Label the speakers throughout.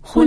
Speaker 1: 婚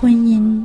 Speaker 1: 婚姻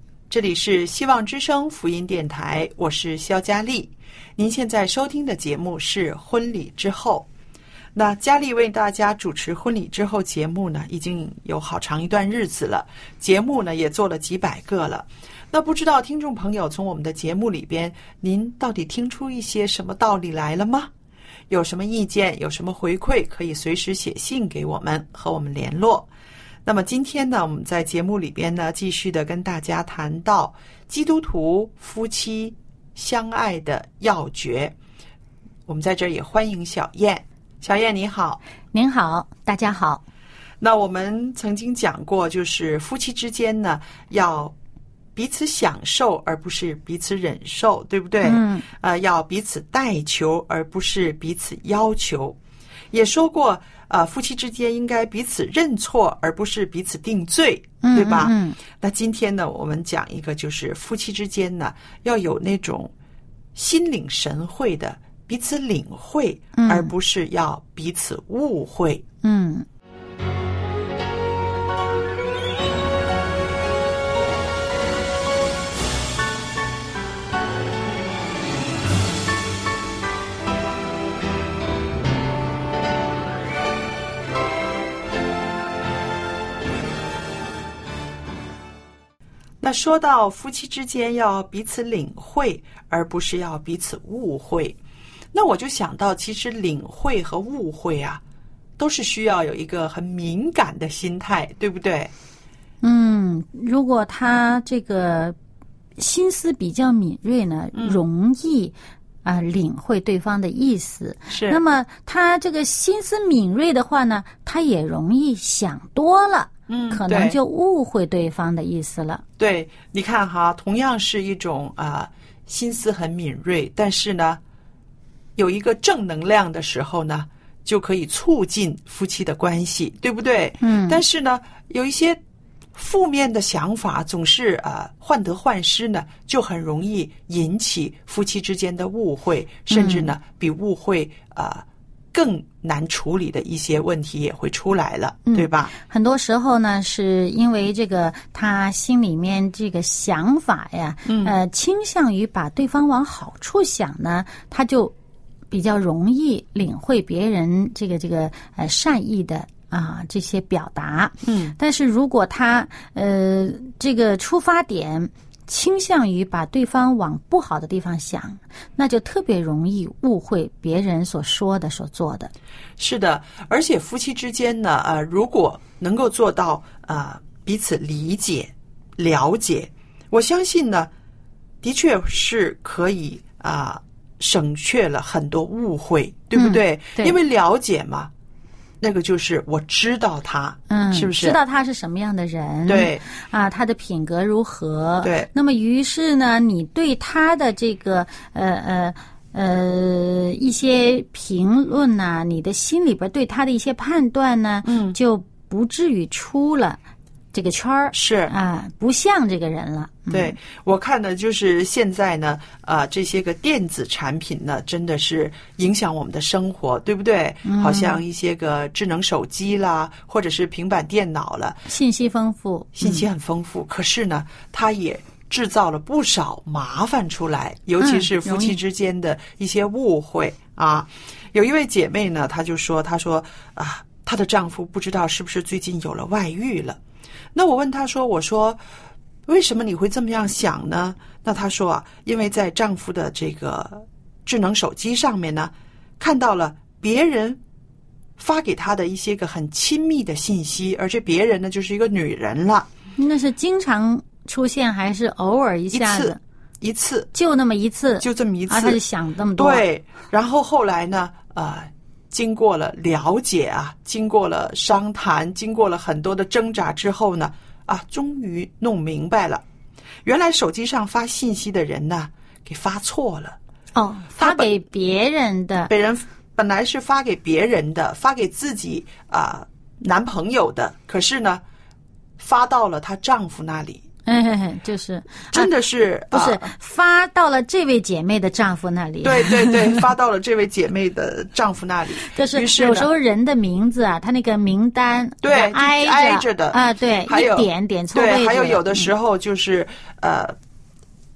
Speaker 2: 这里是希望之声福音电台，我是肖佳丽。您现在收听的节目是《婚礼之后》。那佳丽为大家主持《婚礼之后》节目呢，已经有好长一段日子了，节目呢也做了几百个了。那不知道听众朋友从我们的节目里边，您到底听出一些什么道理来了吗？有什么意见，有什么回馈，可以随时写信给我们，和我们联络。那么今天呢，我们在节目里边呢，继续的跟大家谈到基督徒夫妻相爱的要诀。我们在这儿也欢迎小燕，小燕你好。
Speaker 1: 您好，大家好。
Speaker 2: 那我们曾经讲过，就是夫妻之间呢，要彼此享受，而不是彼此忍受，对不对？
Speaker 1: 嗯，
Speaker 2: 呃，要彼此代求，而不是彼此要求。也说过，呃，夫妻之间应该彼此认错，而不是彼此定罪，
Speaker 1: 嗯
Speaker 2: 对吧？
Speaker 1: 嗯嗯
Speaker 2: 那今天呢，我们讲一个，就是夫妻之间呢，要有那种心领神会的彼此领会，
Speaker 1: 嗯
Speaker 2: 而不是要彼此误会。
Speaker 1: 嗯，
Speaker 2: 那说到夫妻之间要彼此领会，而不是要彼此误会，那我就想到，其实领会和误会啊，都是需要有一个很敏感的心态，对不对？
Speaker 1: 嗯，如果他这个心思比较敏锐呢，
Speaker 2: 嗯
Speaker 1: 容易啊、领会对方的意思。
Speaker 2: 是
Speaker 1: 那么他这个心思敏锐的话呢，他也容易想多了，
Speaker 2: 嗯
Speaker 1: 可
Speaker 2: 对
Speaker 1: 能就误会对方的意思了。
Speaker 2: 对，你看哈，同样是一种啊、心思很敏锐，但是呢，有一个正能量的时候呢，就可以促进夫妻的关系，对不对？
Speaker 1: 嗯
Speaker 2: 但是呢，有一些负面的想法总是啊、患得患失呢，就很容易引起夫妻之间的误会，甚至呢，比误会啊、更难处理的一些问题也会出来了，对吧？
Speaker 1: 很多时候呢，是因为这个他心里面这个想法呀，
Speaker 2: 嗯
Speaker 1: 呃，倾向于把对方往好处想呢，他就比较容易领会别人这个这个呃善意的啊、这些表达。
Speaker 2: 嗯，
Speaker 1: 但是如果他呃这个出发点倾向于把对方往不好的地方想，那就特别容易误会别人所说的、所做的。
Speaker 2: 是的，而且夫妻之间呢，呃，如果能够做到呃彼此理解、了解，我相信呢，的确是可以啊、省却了很多误会，对不对？
Speaker 1: 对
Speaker 2: 因为了解嘛，那个就是我知道他，
Speaker 1: 嗯，
Speaker 2: 是不是？
Speaker 1: 知道他是什么样的人？
Speaker 2: 对，
Speaker 1: 啊，他的品格如何？
Speaker 2: 对
Speaker 1: 那么，于是呢，你对他的这个呃呃呃一些评论呐、你的心里边对他的一些判断呢，嗯，就不至于出了这个圈儿
Speaker 2: 是
Speaker 1: 啊，不像这个人了。嗯
Speaker 2: 对，我看呢，就是现在呢，啊，这些个电子产品呢，真的是影响我们的生活，对不对？好像一些个智能手机啦，或者是平板电脑了，
Speaker 1: 信息丰富，
Speaker 2: 信息很丰富，可是呢，它也制造了不少麻烦出来，尤其是夫妻之间的一些误会、啊。有一位姐妹呢，她就说：“她说啊，她的丈夫不知道是不是最近有了外遇了。”那我问她说：“我说，为什么你会这么样想呢？”那她说啊，因为在丈夫的这个智能手机上面呢，看到了别人发给她的一些个很亲密的信息，而这别人呢就是一个女人了。
Speaker 1: 那是经常出现还是偶尔一
Speaker 2: 一
Speaker 1: 下
Speaker 2: 次
Speaker 1: 子？
Speaker 2: 一次，
Speaker 1: 就那么一次，
Speaker 2: 就这么一
Speaker 1: 啊，他就
Speaker 2: 次。
Speaker 1: 想那么多，，
Speaker 2: 对，然后后来呢，呃，经过了了解啊，经过了商谈，经过了很多的挣扎之后呢，啊，终于弄明白了，原来手机上发信息的人呢，给发错了，
Speaker 1: 哦，
Speaker 2: 他
Speaker 1: 发
Speaker 2: 本
Speaker 1: 给别人的，
Speaker 2: 被人本来是发给别人的，发给自己啊、男朋友的，可是呢，发到了她丈夫那里，
Speaker 1: 哎嘿嘿， 就是
Speaker 2: 真的是、
Speaker 1: 不是
Speaker 2: 啊
Speaker 1: 发到了这位姐妹的丈夫那里？啊
Speaker 2: 对对对，发到了这位姐妹的丈夫那里。
Speaker 1: 就是
Speaker 2: 于是呢
Speaker 1: 有时候人的名字啊，他那个名单
Speaker 2: 对
Speaker 1: 然后挨
Speaker 2: 就挨着的
Speaker 1: 啊，对，
Speaker 2: 还有
Speaker 1: 一点点错位置
Speaker 2: 对，还有有的
Speaker 1: 嗯
Speaker 2: 时候就是、呃，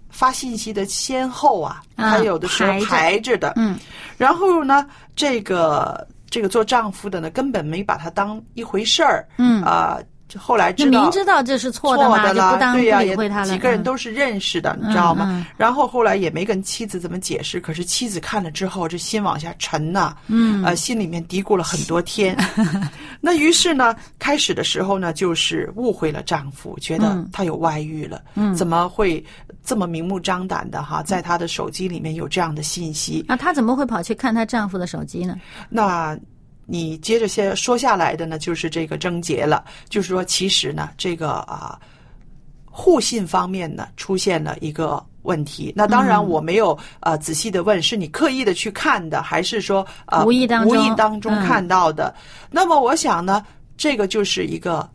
Speaker 2: 发信息的先后啊，
Speaker 1: 啊
Speaker 2: 还有的时候
Speaker 1: 排着
Speaker 2: 排着的，
Speaker 1: 嗯，
Speaker 2: 然后呢，这个这个做丈夫的呢，根本没把她当一回事儿，
Speaker 1: 嗯
Speaker 2: 啊、就后来
Speaker 1: 那
Speaker 2: 知道
Speaker 1: 明知道这是错
Speaker 2: 错
Speaker 1: 的嘛，就
Speaker 2: 啦
Speaker 1: 不当不
Speaker 2: 对呀、
Speaker 1: 理
Speaker 2: 也
Speaker 1: 会他了。
Speaker 2: 几个人
Speaker 1: 嗯
Speaker 2: 都是认识的，你知道吗、
Speaker 1: 嗯嗯
Speaker 2: 然后后来也没跟妻子怎么解释，可是妻子看了之后，这心往下沉呐、
Speaker 1: 嗯
Speaker 2: 呃，心里面嘀咕了很多天。 那于是呢，开始的时候呢，就是误会了丈夫，觉得
Speaker 1: 嗯
Speaker 2: 他有外遇了，
Speaker 1: 嗯
Speaker 2: 怎么会这么明目张胆的哈，在他的手机里面有这样的信息？
Speaker 1: 那她怎么会跑去看她丈夫的手机呢？
Speaker 2: 那你接着先说下来的呢，就是这个症结了，就是说，其实呢，这个啊，互信方面呢出现了一个问题。那当
Speaker 1: 嗯
Speaker 2: 然，我没有、呃仔细的问，是你刻意的去看的，还是说呃
Speaker 1: 无意当中
Speaker 2: 无意当中
Speaker 1: 嗯
Speaker 2: 看到的？那么我想呢，这个就是一个。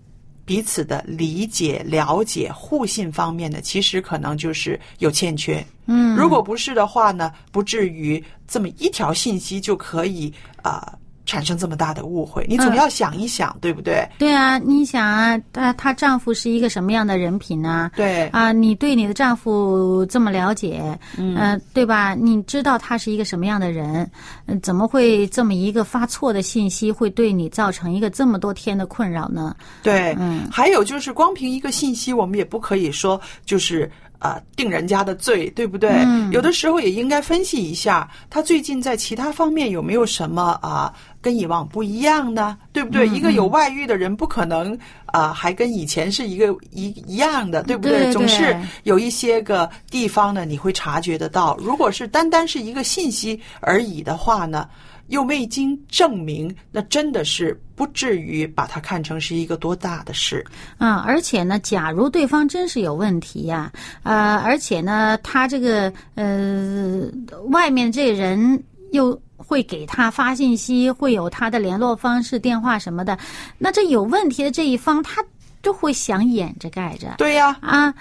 Speaker 2: 彼此的理解、了解、互信方面呢，其实可能就是有欠缺。
Speaker 1: 嗯，
Speaker 2: 如果不是的话呢，不至于这么一条信息就可以啊、呃产生这么大的误会。你总
Speaker 1: 嗯
Speaker 2: 要想一想，对不对？
Speaker 1: 对啊，你想啊，她她丈夫是一个什么样的人品呢、
Speaker 2: 对，
Speaker 1: 啊，你对你的丈夫这么了解，嗯、对吧？你知道他是一个什么样的人，嗯怎么会这么一个发错的信息会对你造成一个这么多天的困扰呢？
Speaker 2: 对，
Speaker 1: 嗯
Speaker 2: 还有就是光凭一个信息，我们也不可以说就是啊、呃定人家的罪，对不对？
Speaker 1: 嗯
Speaker 2: 有的时候也应该分析一下，他最近在其他方面有没有什么啊、跟以往不一样呢？对不对？
Speaker 1: 嗯
Speaker 2: 一个有外遇的人不可能啊、还跟以前是一个一一样的，对不
Speaker 1: 对对
Speaker 2: 总是有一些个地方呢，你会察觉得到。如果是单单是一个信息而已的话呢，又未经证明，那真的是不至于把它看成是一个多大的事。
Speaker 1: 啊、而且呢，假如对方真是有问题呀、呃，而且呢，他这个呃，外面这人又会给他发信息，会有他的联络方式、电话什么的，那这有问题的这一方，他就会想掩着盖着
Speaker 2: 对呀、
Speaker 1: 啊。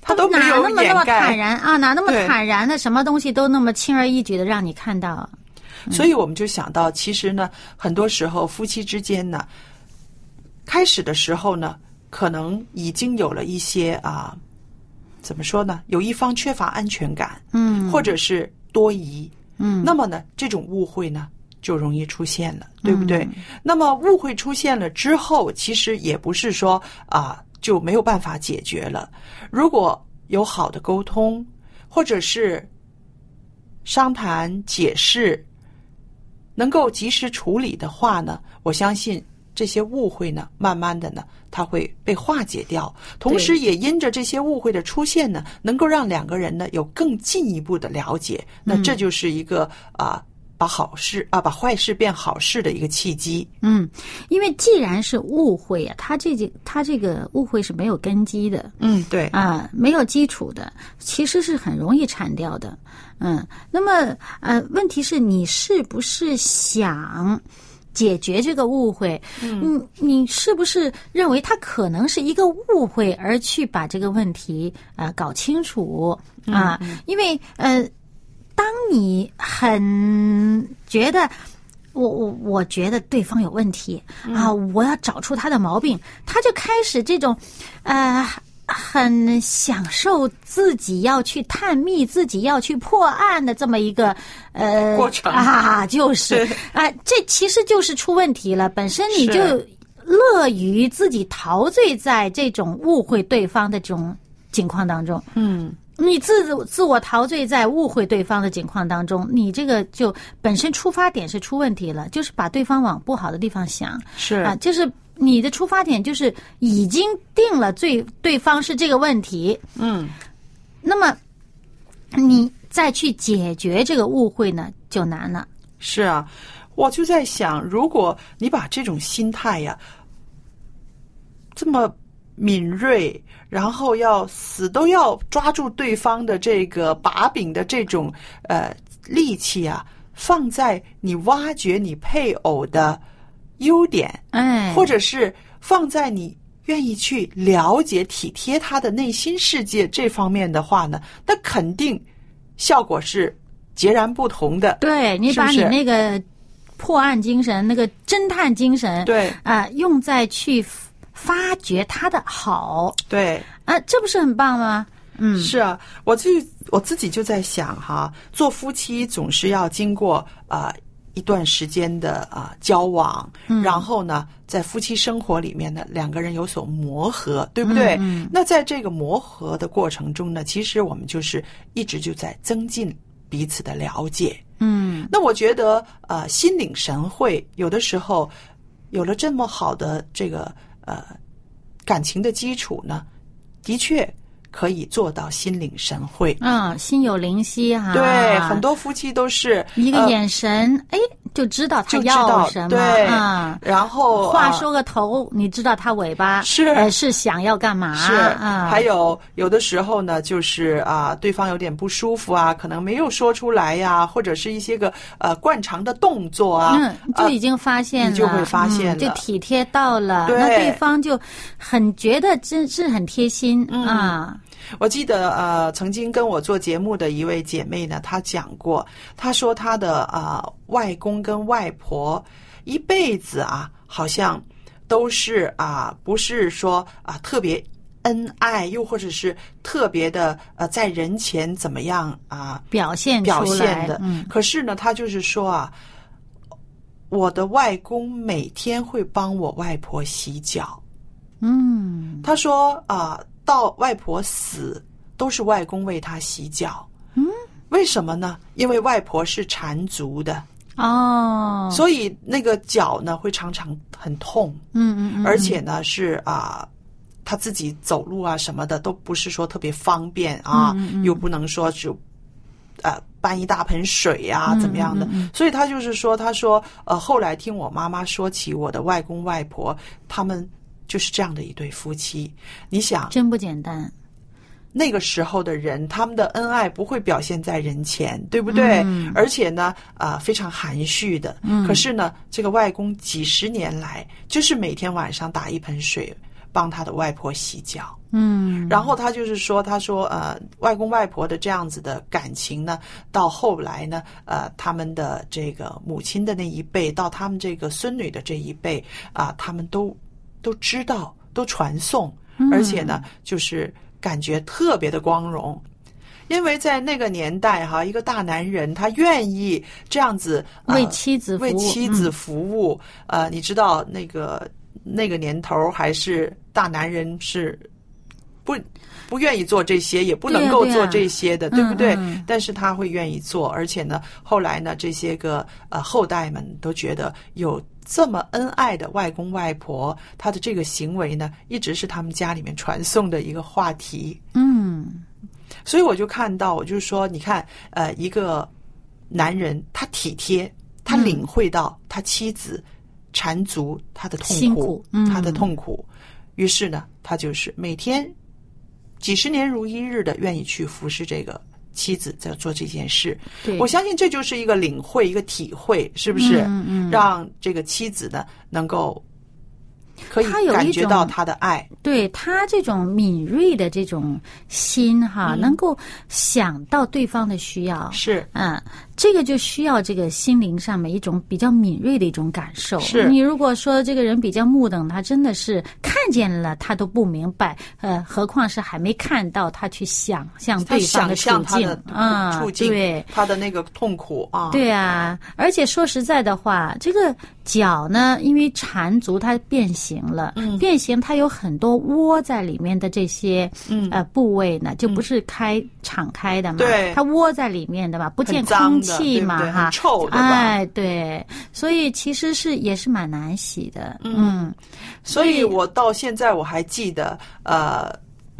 Speaker 2: 他都没
Speaker 1: 哪
Speaker 2: 有
Speaker 1: 那么那么
Speaker 2: 掩盖
Speaker 1: 坦然啊？哪那么
Speaker 2: 对
Speaker 1: 坦然呢？什么东西都那么轻而易举的让你看到？
Speaker 2: 所以我们就想到，其实呢，很多时候夫妻之间呢，开始的时候呢，可能已经有了一些啊，怎么说呢？有一方缺乏安全感，
Speaker 1: 嗯，
Speaker 2: 或者是多疑，
Speaker 1: 嗯，
Speaker 2: 那么呢，这种误会呢就容易出现了，对不对？
Speaker 1: 嗯
Speaker 2: 那么误会出现了之后，其实也不是说啊就没有办法解决了。如果有好的沟通，或者是商谈解释，能够及时处理的话呢，我相信这些误会呢，慢慢的呢，它会被化解掉。同时，也因着这些误会的出现呢，能够让两个人呢有更进一步的了解。那这就是一个啊、把好事啊，把坏事变好事的一个契机。
Speaker 1: 嗯，因为既然是误会啊，他这他这个误会是没有根基的。
Speaker 2: 嗯，对，
Speaker 1: 啊，没有基础的，其实是很容易铲掉的。嗯，那么呃，问题是你是不是想解决这个误会。嗯，你是不是认为它可能是一个误会，而去把这个问题啊、呃搞清楚啊？因为呃，当你很觉得。我我我觉得对方有问题
Speaker 2: 嗯
Speaker 1: 啊！我要找出他的毛病，他就开始这种，呃，很享受自己要去探秘、自己要去破案的这么一个呃
Speaker 2: 过程
Speaker 1: 啊，就是
Speaker 2: 对
Speaker 1: 啊、这其实就是出问题了。本身你就是乐于自己陶醉在这种误会对方的这种境况当中，
Speaker 2: 嗯，
Speaker 1: 你自自我陶醉在误会对方的境况当中，你这个就本身出发点是出问题了，就是把对方往不好的地方想
Speaker 2: 是
Speaker 1: 啊，就是你的出发点就是已经定了最对方是这个问题，
Speaker 2: 嗯，
Speaker 1: 那么你再去解决这个误会呢就难了。
Speaker 2: 是啊，我就在想，如果你把这种心态呀，这么敏锐，然后要死都要抓住对方的这个把柄的这种呃力气啊，放在你挖掘你配偶的优点，
Speaker 1: 哎，
Speaker 2: 或者是放在你愿意去了解、体贴他的内心世界这方面的话呢，那肯定效果是截然不同的。
Speaker 1: 对你
Speaker 2: 是不
Speaker 1: 把你
Speaker 2: 是
Speaker 1: 那个破案精神、那个侦探精神，
Speaker 2: 对
Speaker 1: 啊、用在去发掘他的好。
Speaker 2: 对，
Speaker 1: 啊，这不是很棒吗？嗯，
Speaker 2: 是啊，我就我自己就在想哈，做夫妻总是要经过啊、呃一段时间的啊、呃交往，然后呢，在夫妻生活里面呢，两个人有所磨合，对不对？那在这个磨合的过程中呢，其实我们就是一直就在增进彼此的了解。
Speaker 1: 嗯，
Speaker 2: 那我觉得，呃，心领神会，有的时候有了这么好的这个呃感情的基础呢，的确可以做到心领神会。
Speaker 1: 啊，心有灵犀哈、
Speaker 2: 对，很多夫妻都是
Speaker 1: 啊一个
Speaker 2: 呃
Speaker 1: 眼神，哎、就知道他
Speaker 2: 就知
Speaker 1: 要
Speaker 2: 道
Speaker 1: 什么
Speaker 2: 对，
Speaker 1: 啊。
Speaker 2: 然后
Speaker 1: 话
Speaker 2: 呃
Speaker 1: 说个头，你知道他尾巴
Speaker 2: 是
Speaker 1: 呃是想要干嘛
Speaker 2: 是，
Speaker 1: 啊？
Speaker 2: 还有有的时候呢，就是啊，对方有点不舒服啊，可能没有说出来呀、或者是一些个呃惯常的动作啊，
Speaker 1: 嗯，就
Speaker 2: 呃
Speaker 1: 已经发现了，
Speaker 2: 你就会发现
Speaker 1: 嗯
Speaker 2: 了
Speaker 1: 就体贴到了，
Speaker 2: 对
Speaker 1: 那对方就很觉得真是很贴心、
Speaker 2: 嗯
Speaker 1: 啊。
Speaker 2: 我记得呃，曾经跟我做节目的一位姐妹呢，她讲过，她说她的啊、呃外公跟外婆一辈子啊，好像都是啊、不是说啊、特别恩爱，又或者是特别的呃，在人前怎么样啊、
Speaker 1: 表现出来
Speaker 2: 表现的。
Speaker 1: 嗯，
Speaker 2: 可是呢，他就是说啊，我的外公每天会帮我外婆洗脚。
Speaker 1: 嗯
Speaker 2: 他说啊、到外婆死都是外公为他洗脚。嗯，为什么呢？因为外婆是缠足的，
Speaker 1: 哦，
Speaker 2: 所以那个脚呢会常常很痛，
Speaker 1: 嗯嗯嗯，
Speaker 2: 而且呢是啊。他自己走路啊什么的都不是说特别方便啊，
Speaker 1: 嗯
Speaker 2: 又不能说就呃搬一大盆水
Speaker 1: 嗯
Speaker 2: 啊，怎么样的？所以他就是说，他说呃，后来听我妈妈说起我的外公外婆，他们就是这样的一对夫妻。你想
Speaker 1: 嗯真不简单。
Speaker 2: 那个时候的人，他们的恩爱不会表现在人前，对不对？而且呢，啊、非常含蓄的。可是呢，这个外公几十年来，就是每天晚上打一盆水，帮他的外婆洗脚。
Speaker 1: 嗯
Speaker 2: 然后他就是说，他说呃，外公外婆的这样子的感情呢，到后来呢，呃，他们的这个母亲的那一辈，到他们这个孙女的这一辈啊、他们都都知道，都传颂，
Speaker 1: 嗯
Speaker 2: 而且呢，就是感觉特别的光荣。因为在那个年代哈，一个大男人他愿意这样子、
Speaker 1: 嗯
Speaker 2: 呃
Speaker 1: 为妻子服务嗯
Speaker 2: 为妻子服务，呃，你知道那个那个年头儿还是大男人是不不愿意做这些，也不
Speaker 1: 对呀啊
Speaker 2: 能够
Speaker 1: 对呀
Speaker 2: 做这些的，对不对？
Speaker 1: 嗯嗯
Speaker 2: 但是他会愿意做，而且呢，后来呢，这些个呃后代们都觉得有这么恩爱的外公外婆，他的这个行为呢，一直是他们家里面传颂的一个话题。
Speaker 1: 嗯
Speaker 2: 所以我就看到，我就说，你看，呃，一个男人他体贴，他领会到他妻子缠足他的
Speaker 1: 辛
Speaker 2: 痛
Speaker 1: 苦
Speaker 2: 苦，
Speaker 1: 嗯
Speaker 2: 他的痛苦，于是呢，他就是每天几十年如一日的愿意去服侍这个妻子在做这件事。
Speaker 1: 对，
Speaker 2: 我相信这就是一个领会，一个体会，是不是？
Speaker 1: 嗯嗯
Speaker 2: 让这个妻子呢能够可以
Speaker 1: 他有一
Speaker 2: 感觉
Speaker 1: 种
Speaker 2: 到他的爱。
Speaker 1: 对他这种敏锐的这种心
Speaker 2: 嗯
Speaker 1: 哈，能够想到对方的需要，
Speaker 2: 是
Speaker 1: 嗯，这个就需要这个心灵上面一种比较敏锐的一种感受。
Speaker 2: 是
Speaker 1: 你如果说这个人比较木等，他真的是看见了他都不明白，呃，何况是还没看到他去想象
Speaker 2: 他
Speaker 1: 对方
Speaker 2: 想
Speaker 1: 处
Speaker 2: 象他
Speaker 1: 境
Speaker 2: 的
Speaker 1: 啊、
Speaker 2: 处境，
Speaker 1: 对。
Speaker 2: 他的那个痛苦啊，
Speaker 1: 对啊，而且说实在的话，这个脚呢，因为缠足它变形了，变形它有很多窝在里面的这些、
Speaker 2: 嗯
Speaker 1: 呃部位呢，就不是开、敞开的嘛，
Speaker 2: 对
Speaker 1: 它窝在里面的嘛，不见
Speaker 2: 很脏
Speaker 1: 空
Speaker 2: 的
Speaker 1: 气
Speaker 2: 对不
Speaker 1: 嘛，
Speaker 2: 对
Speaker 1: 哈
Speaker 2: 很，臭的吧
Speaker 1: 哎，对，所以其实是也是蛮难洗的，嗯，
Speaker 2: 所以我到现在我还记得，呃，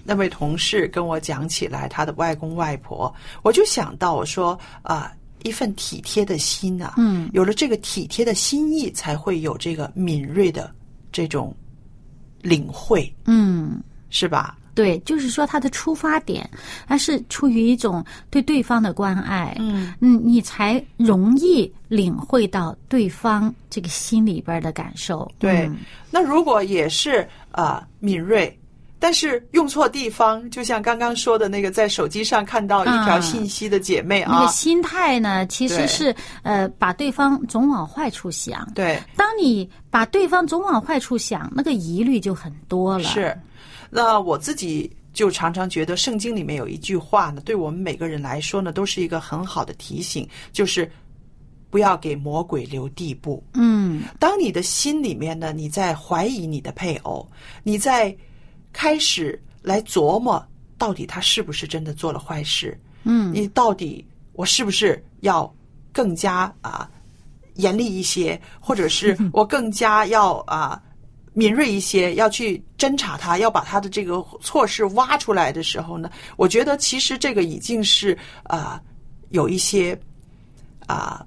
Speaker 2: 那位同事跟我讲起来他的外公外婆，我就想到我说啊、一份体贴的心啊，
Speaker 1: 嗯，
Speaker 2: 有了这个体贴的心意，才会有这个敏锐的这种领会，
Speaker 1: 嗯。
Speaker 2: 是吧？
Speaker 1: 对，就是说他的出发点，而是出于一种对对方的关爱，
Speaker 2: 嗯
Speaker 1: 嗯，你才容易领会到对方这个心里边的感受。
Speaker 2: 对，
Speaker 1: 嗯
Speaker 2: 那如果也是啊、呃敏锐，但是用错地方，就像刚刚说的那个，在手机上看到一条
Speaker 1: 嗯
Speaker 2: 信息的姐妹
Speaker 1: 那
Speaker 2: 啊，
Speaker 1: 个心态呢，其实
Speaker 2: 对
Speaker 1: 是呃，把对方总往坏处想。
Speaker 2: 对，
Speaker 1: 当你把对方总往坏处想，那个疑虑就很多了。，
Speaker 2: 是，那我自己就常常觉得圣经里面有一句话呢，对我们每个人来说呢，都是一个很好的提醒，就是不要给魔鬼留地步。
Speaker 1: 嗯，
Speaker 2: 当你的心里面呢，你在怀疑你的配偶，你在开始来琢磨到底他是不是真的做了坏事，
Speaker 1: 嗯，
Speaker 2: 你到底我是不是要更加啊、严厉一些，或者
Speaker 1: 嗯
Speaker 2: 是我更加要啊、敏锐一些，要去侦查他，要把他的这个错事挖出来的时候呢，我觉得其实这个已经是啊、有一些啊、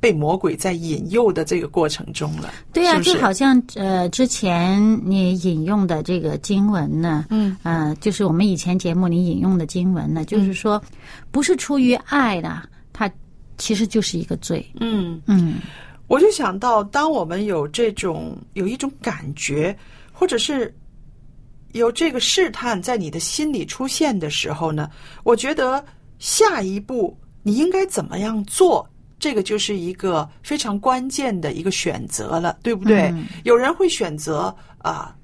Speaker 2: 被魔鬼在引诱的这个过程中了。
Speaker 1: 对呀、
Speaker 2: 是不是
Speaker 1: 就好像呃之前你引用的这个经文呢，嗯，呃，就是我们以前节目你引用的经文
Speaker 2: 嗯
Speaker 1: 呢，就是说，不是出于爱的，它其实就是一个罪。
Speaker 2: 嗯，
Speaker 1: 嗯
Speaker 2: 我就想到，当我们有这种有一种感觉，或者是有这个试探在你的心里出现的时候呢，我觉得下一步你应该怎么样做，这个就是一个非常关键的一个选择了，对不对？
Speaker 1: 嗯
Speaker 2: 有人会选择啊、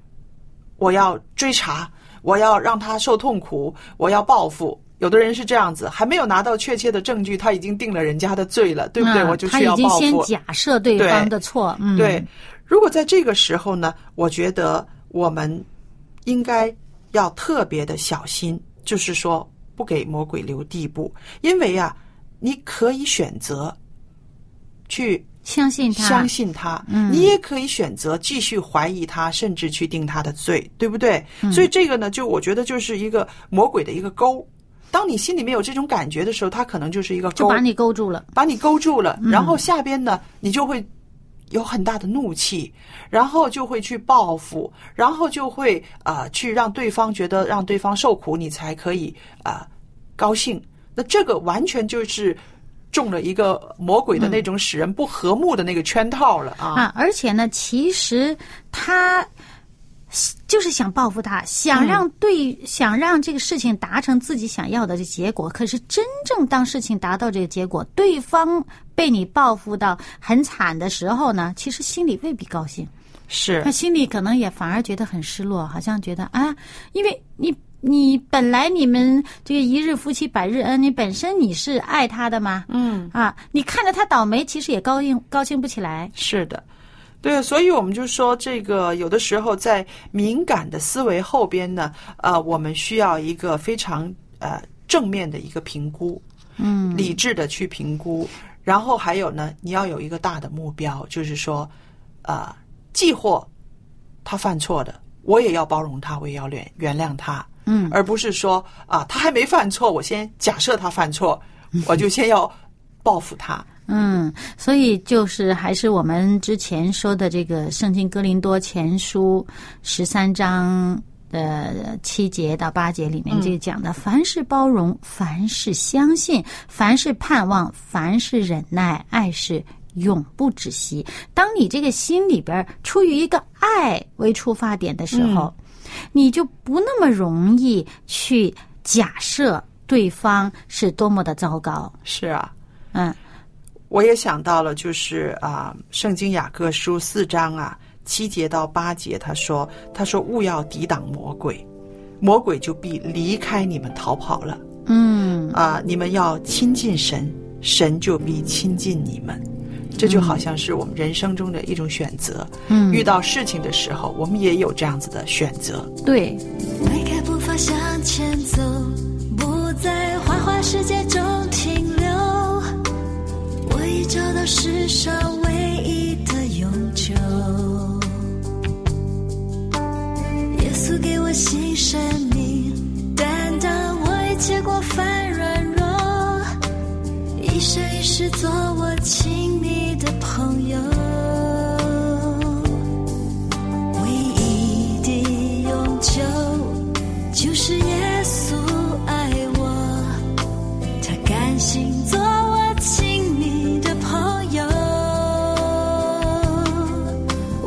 Speaker 2: 我要追查，我要让他受痛苦，我要报复。有的人是这样子，还没有拿到确切的证据，他已经定了人家的罪了，对不对？
Speaker 1: 那
Speaker 2: 我就
Speaker 1: 他
Speaker 2: 需要
Speaker 1: 已经
Speaker 2: 报复。
Speaker 1: 先假设对
Speaker 2: 对
Speaker 1: 方的错，嗯，
Speaker 2: 对，，如果在这个时候呢，我觉得我们应该要特别的小心，就是说不给魔鬼留地步，因为啊，你可以选择去
Speaker 1: 相信他，嗯
Speaker 2: 相信他，你也可以选择继续怀疑他，甚至去定他的罪，对不对？
Speaker 1: 嗯
Speaker 2: 所以这个呢，就我觉得就是一个魔鬼的一个钩。当你心里面有这种感觉的时候，他可能就是一个
Speaker 1: 就
Speaker 2: 钩，
Speaker 1: 把你勾住了。
Speaker 2: 把你勾住了，然后下边呢，你就会有很大的怒气，然后就会去报复，然后就会啊、呃去让对方觉得让对方受苦，你才可以啊、呃高兴。那这个完全就是中了一个魔鬼的那种使人不和睦的那个圈套了啊！
Speaker 1: 啊，而且呢，其实他就是想报复他，想让对、想让这个事情达成自己想要的这结果。可是真正当事情达到这个结果，对方被你报复到很惨的时候呢，其实心里未必高兴，
Speaker 2: 是
Speaker 1: 他心里可能也反而觉得很失落，好像觉得啊，因为你。你本来你们这个一日夫妻百日恩，你本身你是爱他的嘛，嗯啊，你看着他倒霉，其实也高兴高兴不起来，
Speaker 2: 是的，对，啊所以我们就说，这个有的时候在敏感的思维后边呢，呃，我们需要一个非常呃正面的一个评估，嗯，理智的去评估，然后还有呢，你要有一个大的目标，就是说，呃，既或他犯错的，我也要包容他，我也要原原谅他，
Speaker 1: 嗯，
Speaker 2: 而不是说啊，他还没犯错，我先假设他犯 错，我就先要报复他，
Speaker 1: 嗯，所以就是还是我们之前说的这个《圣经·哥林多前书》十三章呃七节到八节里面就讲的，凡是包容，凡是相信，凡是盼望，凡是忍耐，爱是。永不止息。当你这个心里边儿出于一个爱为出发点的时候，你就不那么容易去假设对方是多么的糟糕。
Speaker 2: 是啊，
Speaker 1: 嗯，
Speaker 2: 我也想到了，就是啊，圣经雅各书四章啊七节到八节，他说：“他说勿要抵挡魔鬼，魔鬼就必离开你们逃跑了。
Speaker 1: 嗯，
Speaker 2: 啊，你们要亲近神，神就必亲近你们。”这就好像是我们人生中的一种选择。
Speaker 1: 嗯
Speaker 2: 遇到事情的时候，我们也有这样子的选择。
Speaker 1: 对，
Speaker 3: 迈开步伐向前走，不在花花世界中停留。我已找到世上唯一的永久。耶稣给我新生命，担当我一切过犯软弱，一生一世做我亲密的朋友。唯一的永久，就是耶稣爱我，他甘心做我亲密的朋友。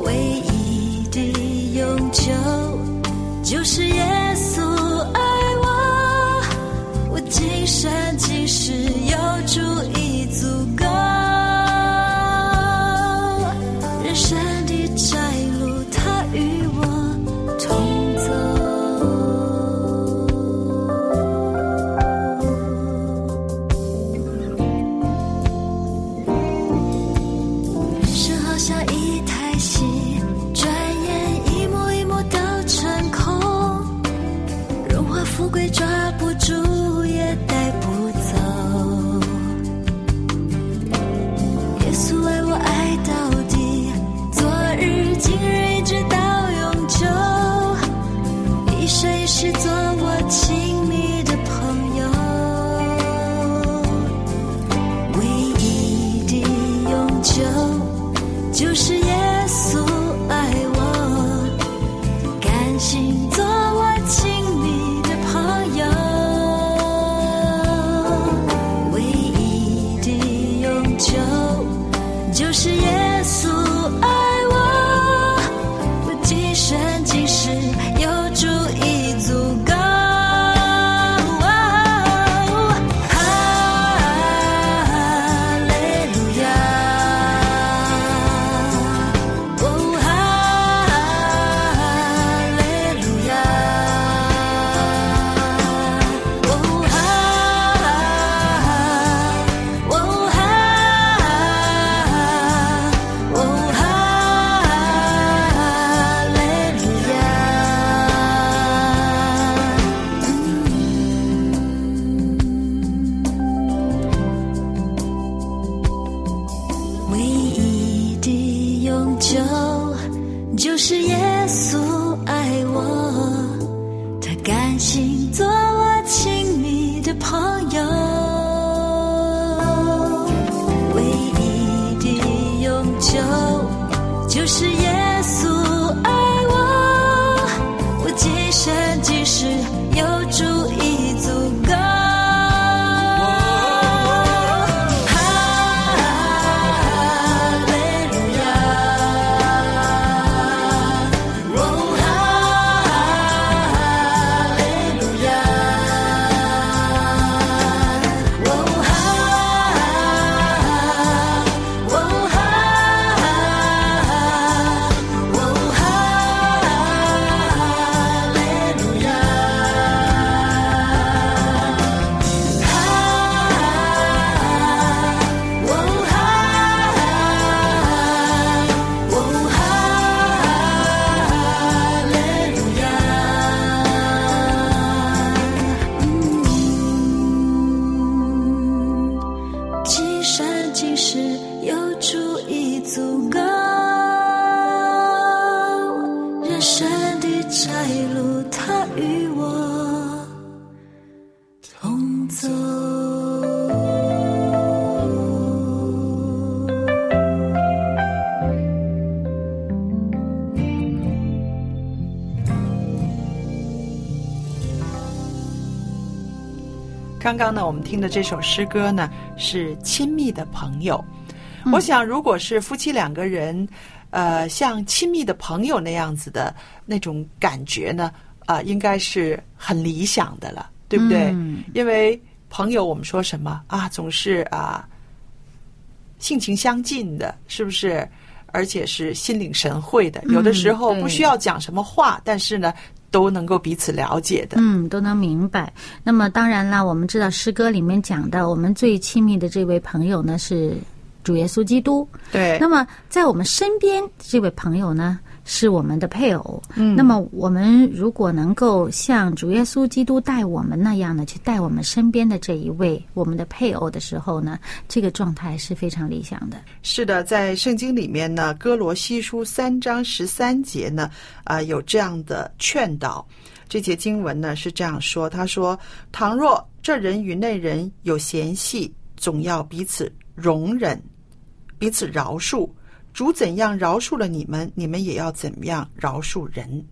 Speaker 3: 唯一的永久，就是耶稣爱我，我今生今世有主已足够。人生的窄路，他与我同走。人生好像一台戏，转眼一幕一幕都成空。荣华富贵抓不住，也带不走。耶稣为我爱到底，昨日、今日一直到永久，一生一世做我亲密的朋友。唯一的永久，就是耶稣爱我，甘心做我亲密的朋友。唯一的永久，就是耶稣爱我，我今生今世有主已足够。哈利路亚，哦哈利路亚。哦哈，哦哈，哦哈，哈利路亚。唯一的永久，就是耶稣爱我。他甘心做我亲密的朋友。唯一的永久，就是耶稣爱我，我今生今世有主已足够。哈利路亚。哦，哈利路亚！哦，哈，哦，哈，哦，哈利路亚！哈，哦，哈。哦哈，哈利路亚，今生今世有主已足够，人生的窄路，他与我同走。
Speaker 2: 刚刚呢，我们听的这首诗歌呢是《亲密的朋友》。
Speaker 1: 嗯
Speaker 2: 我想，如果是夫妻两个人，呃，像亲密的朋友那样子的那种感觉呢，啊、应该是很理想的了，对不对？
Speaker 1: 嗯
Speaker 2: 因为朋友，我们说什么啊，总是啊，性情相近的，是不是？而且是心领神会的，有的时候
Speaker 1: 嗯
Speaker 2: 不
Speaker 1: 对
Speaker 2: 需要讲什么话，但是呢，都能够彼此了解的。
Speaker 1: 嗯，都能明白。那么当然啦，我们知道诗歌里面讲的，我们最亲密的这位朋友呢是主耶稣基督。
Speaker 2: 对
Speaker 1: 那么在我们身边这位朋友呢，是我们的配偶。嗯，那么我们如果能够像主耶稣基督带我们那样的去带我们身边的这一位我们的配偶的时候呢，这个状态是非常理想的。
Speaker 2: 是的，在圣经里面呢，《哥罗西书》三章十三节呢，啊、有这样的劝导。这节经文呢是这样说：“他说，倘若这人与那人有嫌隙，总要彼此容忍，彼此饶恕。主怎样饶恕了你们，你们也要怎么样饶恕人。”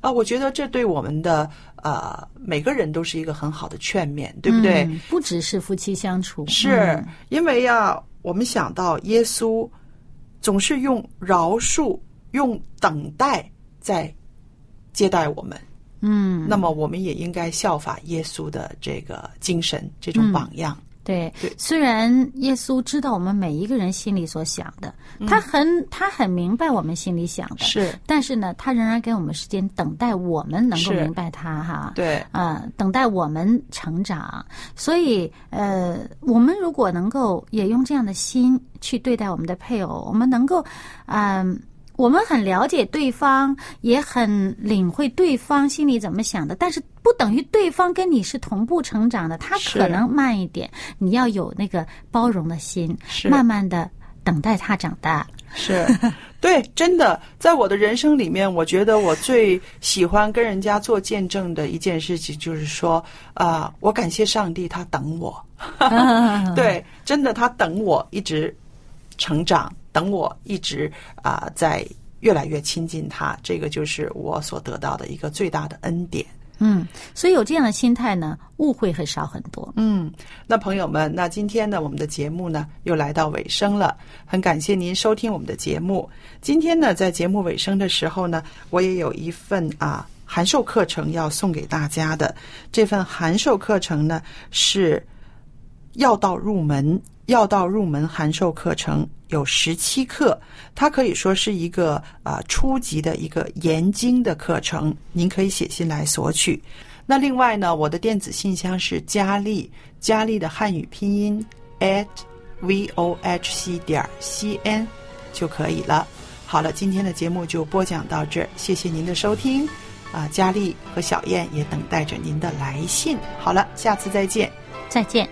Speaker 2: 啊，我觉得这对我们的呃每个人都是一个很好的劝勉，对不对？
Speaker 1: 嗯不只是夫妻相处，嗯
Speaker 2: 是因为呀、我们想到耶稣总是用饶恕、用等待在接待我们，
Speaker 1: 嗯，
Speaker 2: 那么我们也应该效法耶稣的这个精神、这种榜样。
Speaker 1: 对
Speaker 2: 对，
Speaker 1: 虽然耶稣知道我们每一个人心里所想的，他很他很明白我们心里想的，
Speaker 2: 嗯是
Speaker 1: 但是呢，他仍然给我们时间等待我们能够
Speaker 2: 是
Speaker 1: 明白他哈。
Speaker 2: 对，
Speaker 1: 啊、等待我们成长。所以，呃，我们如果能够也用这样的心去对待我们的配偶，我们能够，嗯、我们很了解对方，也很领会对方心里怎么想的，但是不等于对方跟你是同步成长的，他
Speaker 2: 是
Speaker 1: 可能慢一点，你要有那个包容的心，
Speaker 2: 是
Speaker 1: 慢慢的等待他长大。
Speaker 2: 是， 对，真的，在我的人生里面，我觉得我最喜欢跟人家做见证的一件事情，就是说，啊、我感谢上帝，他等我， 对，真的，他等我一直成长，等我一直啊、在越来越亲近他，这个就是我所得到的一个最大的恩典。
Speaker 1: 嗯，所以有这样的心态呢，误会会少很多。
Speaker 2: 嗯，那朋友们，那今天呢，我们的节目呢又来到尾声了，很感谢您收听我们的节目。今天呢，在节目尾声的时候呢，我也有一份啊函授课程要送给大家的。这份函授课程呢是要道入门，要道入门函授课程有十七课，它可以说是一个啊、初级的一个研经的课程，您可以写信来索取。那另外呢，我的电子信箱是佳丽，佳丽的汉语拼音 at v o h c 点 c n 就可以了。好了，今天的节目就播讲到这儿，谢谢您的收听。啊，佳丽和小燕也等待着您的来信。好了，下次再见。
Speaker 1: 再见。